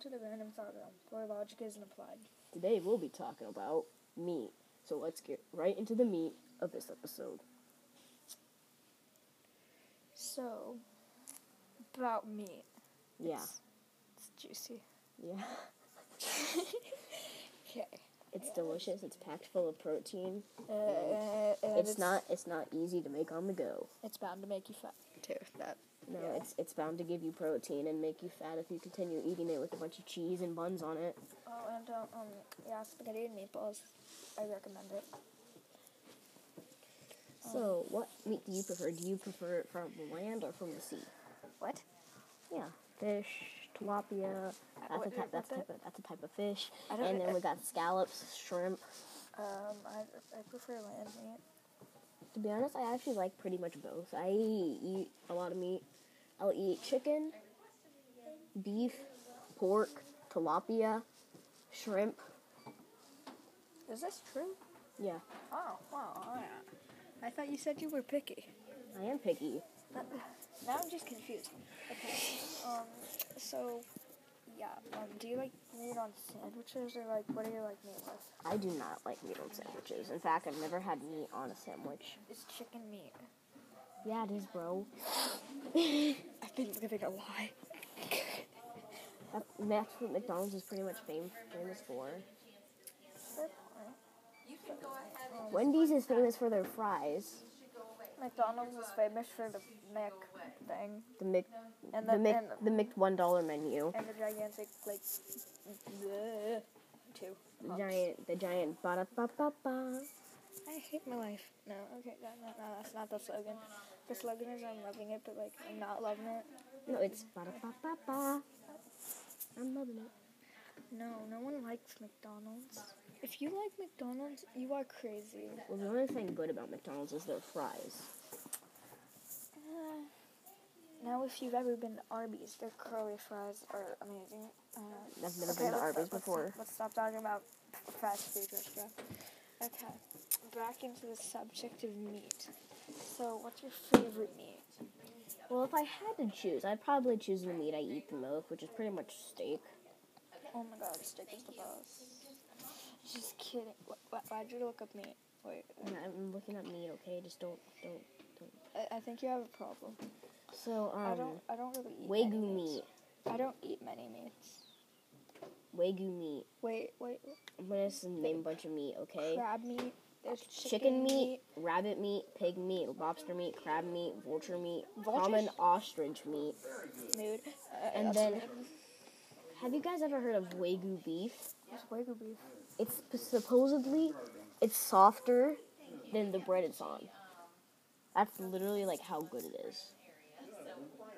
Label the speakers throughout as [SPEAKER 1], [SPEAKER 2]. [SPEAKER 1] to Random Thought Realm, where logic isn't applied.
[SPEAKER 2] Today we'll be talking about meat. So let's get right into the meat of this episode.
[SPEAKER 1] So, about meat.
[SPEAKER 2] Yeah.
[SPEAKER 1] It's, it's juicy.
[SPEAKER 2] Yeah.
[SPEAKER 1] Okay.
[SPEAKER 2] It's delicious. It's packed full of protein.
[SPEAKER 1] Uh, and
[SPEAKER 2] It's not it's not easy to make on the go.
[SPEAKER 1] It's bound to make you fat too. That.
[SPEAKER 2] No,
[SPEAKER 1] Yeah.
[SPEAKER 2] it's it's bound to give you protein and make you fat if you continue eating it with a bunch of cheese and buns on it.
[SPEAKER 1] Oh, and um, um, yeah, spaghetti and meatballs. I recommend it. Oh.
[SPEAKER 2] So, what meat do you prefer? Do you prefer it from the land or from the sea?
[SPEAKER 1] What?
[SPEAKER 2] Yeah, fish, tilapia. That's a
[SPEAKER 1] what-
[SPEAKER 2] type. That's
[SPEAKER 1] what
[SPEAKER 2] type of that's a type of fish.
[SPEAKER 1] I don't
[SPEAKER 2] And
[SPEAKER 1] know-
[SPEAKER 2] then we got scallops, shrimp.
[SPEAKER 1] Um, I, I prefer land meat.
[SPEAKER 2] To be honest, I actually like pretty much both. I eat a lot of meat. I'll eat chicken, beef, pork, tilapia, shrimp.
[SPEAKER 1] Is this true?
[SPEAKER 2] Yeah,
[SPEAKER 1] Oh, wow. all right. I thought you said you were picky.
[SPEAKER 2] I am picky.
[SPEAKER 1] Now now I'm just confused. Okay. Um. So, yeah. Um. Do you like meat on sandwiches or like what do you like meat with?
[SPEAKER 2] I do not like meat on sandwiches. In fact, I've never had meat on a sandwich.
[SPEAKER 1] It's chicken meat.
[SPEAKER 2] Yeah, it is, bro.
[SPEAKER 1] I've been living a lie.
[SPEAKER 2] That, that's what McDonald's is pretty much fam- famous for.
[SPEAKER 1] Fair point. Um,
[SPEAKER 2] Wendy's is famous for their fries.
[SPEAKER 1] McDonald's is famous for the Mac thing
[SPEAKER 2] The Mc,
[SPEAKER 1] And
[SPEAKER 2] the,
[SPEAKER 1] the-
[SPEAKER 2] Mc,
[SPEAKER 1] and
[SPEAKER 2] the Mc one dollar menu.
[SPEAKER 1] and the gigantic like bleh, two.
[SPEAKER 2] The
[SPEAKER 1] cups.
[SPEAKER 2] giant, the giant, ba da ba ba ba.
[SPEAKER 1] I hate my life. No, okay, no, no, no, that's not the slogan. The slogan is I'm loving it, but like I'm not loving it.
[SPEAKER 2] No, it's ba da ba ba ba. I'm loving it.
[SPEAKER 1] No, no one likes McDonald's. If you like McDonald's, you are crazy.
[SPEAKER 2] Well, the only thing good about McDonald's is their fries.
[SPEAKER 1] Uh, now, if you've ever been to Arby's, their curly fries are amazing. Uh,
[SPEAKER 2] I've never been to
[SPEAKER 1] let's-
[SPEAKER 2] Arby's
[SPEAKER 1] let's-
[SPEAKER 2] before.
[SPEAKER 1] Let's, stop talking about fast food restaurant. Okay, back into the subject of meat. So, what's your favorite meat?
[SPEAKER 2] Well, if I had to choose, I'd probably choose the meat I eat the most, which is pretty much steak.
[SPEAKER 1] Oh my god, steak is the best. Just kidding. Wh- wh- Why'd you look up meat? Wait,
[SPEAKER 2] And I'm looking at meat, okay? Just don't, don't, don't.
[SPEAKER 1] I, I think you have a problem.
[SPEAKER 2] So,
[SPEAKER 1] I
[SPEAKER 2] um,
[SPEAKER 1] don't. I don't really eat many
[SPEAKER 2] Wagyu
[SPEAKER 1] meats.
[SPEAKER 2] meat.
[SPEAKER 1] I don't eat many meats.
[SPEAKER 2] Wagyu meat.
[SPEAKER 1] Wait, wait. wait.
[SPEAKER 2] I'm gonna s- name a bunch of meat, okay?
[SPEAKER 1] Crab meat. There's
[SPEAKER 2] Chicken, meat, rabbit meat, pig meat, lobster meat, crab meat, vulture meat,
[SPEAKER 1] Vultures?
[SPEAKER 2] common ostrich meat.
[SPEAKER 1] Mood. Uh,
[SPEAKER 2] And then, have you guys ever heard of Wagyu beef?
[SPEAKER 1] It's Wagyu beef.
[SPEAKER 2] It's p- supposedly it's softer than the bread it's on. That's literally like how good it is.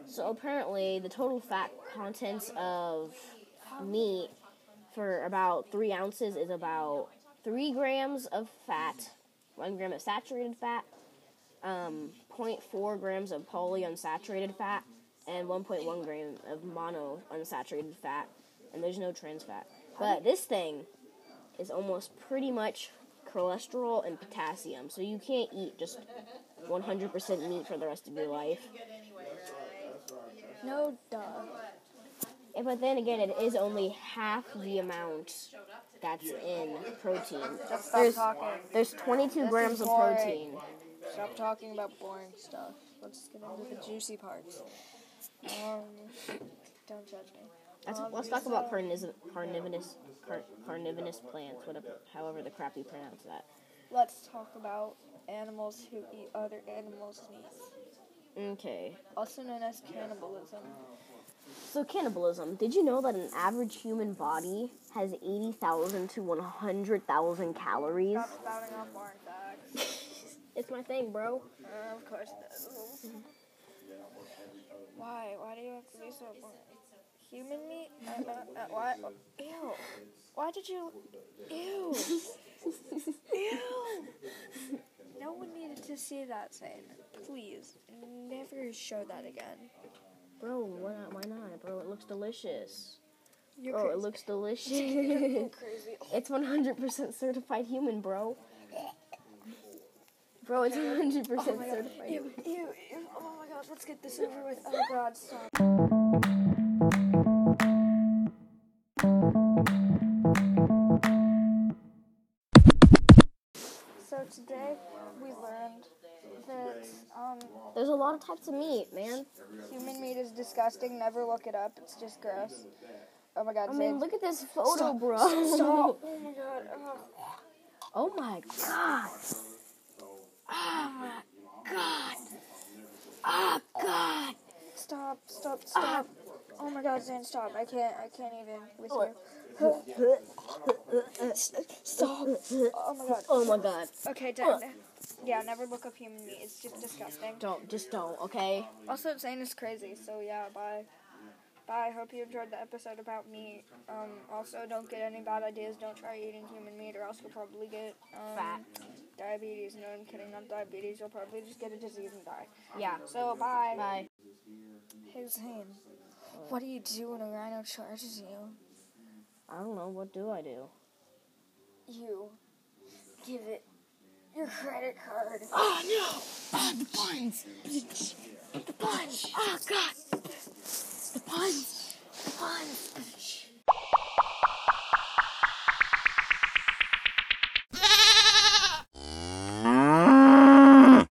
[SPEAKER 2] So apparently, the total fat contents of meat for about three ounces is about three grams of fat, one gram of saturated fat, um, 0.4 grams of polyunsaturated fat, and 1.1 gram of monounsaturated fat, and there's no trans fat. But this thing is almost pretty much cholesterol and potassium, so you can't eat just 100% meat for the rest of your life.
[SPEAKER 1] No, duh.
[SPEAKER 2] Eh, But then again, it is only half the amount that's in protein.
[SPEAKER 1] Stop
[SPEAKER 2] There's,
[SPEAKER 1] talking.
[SPEAKER 2] there's 22 grams of
[SPEAKER 1] boring.
[SPEAKER 2] protein.
[SPEAKER 1] Stop talking about boring stuff. Let's get into the juicy parts. Um, don't judge me.
[SPEAKER 2] That's, let's talk about carnivorous, carnivorous, car, carnivorous plants, whatever, however the crap you pronounce that.
[SPEAKER 1] Let's talk about animals who eat other animals' meat,
[SPEAKER 2] Okay.
[SPEAKER 1] also known as cannibalism.
[SPEAKER 2] So cannibalism. Did you know that an average human body has 80,000 to 100,000 calories?
[SPEAKER 1] Stop spouting off boring facts.
[SPEAKER 2] It's my thing, bro.
[SPEAKER 1] Uh, of course. it is. Why? Why do you have to be so boring? Human meat? Uh, uh, uh, why? Ew. Why did you? Ew. Ew. No one needed to see that statement. Please, never show that again.
[SPEAKER 2] Bro, why not? Why not, bro? It looks delicious.
[SPEAKER 1] You're
[SPEAKER 2] Bro,
[SPEAKER 1] crazy.
[SPEAKER 2] Oh, it looks delicious.
[SPEAKER 1] You're crazy.
[SPEAKER 2] it's 100% certified human, bro. Bro, it's 100%
[SPEAKER 1] Oh my god.
[SPEAKER 2] certified.
[SPEAKER 1] Ew, ew, ew. Oh my god, let's get this over with. Oh god, stop.
[SPEAKER 2] There's a lot of types of meat, man.
[SPEAKER 1] um, Human meat is disgusting. Never look it up. It's just gross. Oh my god,
[SPEAKER 2] I mean,
[SPEAKER 1] Zane.
[SPEAKER 2] look at this photo,
[SPEAKER 1] Stop,
[SPEAKER 2] bro.
[SPEAKER 1] Stop. Oh my god. Ugh.
[SPEAKER 2] Oh my god. Oh my god. Oh god.
[SPEAKER 1] Stop, stop, stop. Oh my god, Zane, stop. I can't, I can't even with
[SPEAKER 2] Oh
[SPEAKER 1] you. Stop. Oh my god.
[SPEAKER 2] Oh my god.
[SPEAKER 1] Okay, done. Yeah, never look up human meat. It's just disgusting.
[SPEAKER 2] Don't, just don't, okay?
[SPEAKER 1] Also, Zane is crazy, so yeah, bye. Bye. Hope you enjoyed the episode about meat. Um, also, don't get any bad ideas. Don't try eating human meat, or else you'll probably get um,
[SPEAKER 2] Fat.
[SPEAKER 1] diabetes. No, I'm kidding. Not diabetes. You'll probably just get a disease and die.
[SPEAKER 2] Yeah.
[SPEAKER 1] So, bye.
[SPEAKER 2] Bye.
[SPEAKER 1] Hey, Zane. What do you do when a rhino charges you?
[SPEAKER 2] I don't know, what do I do?
[SPEAKER 1] you give it your credit card.
[SPEAKER 2] Oh no! Oh, the puns! Bitch. The puns! Oh god! The puns! The puns!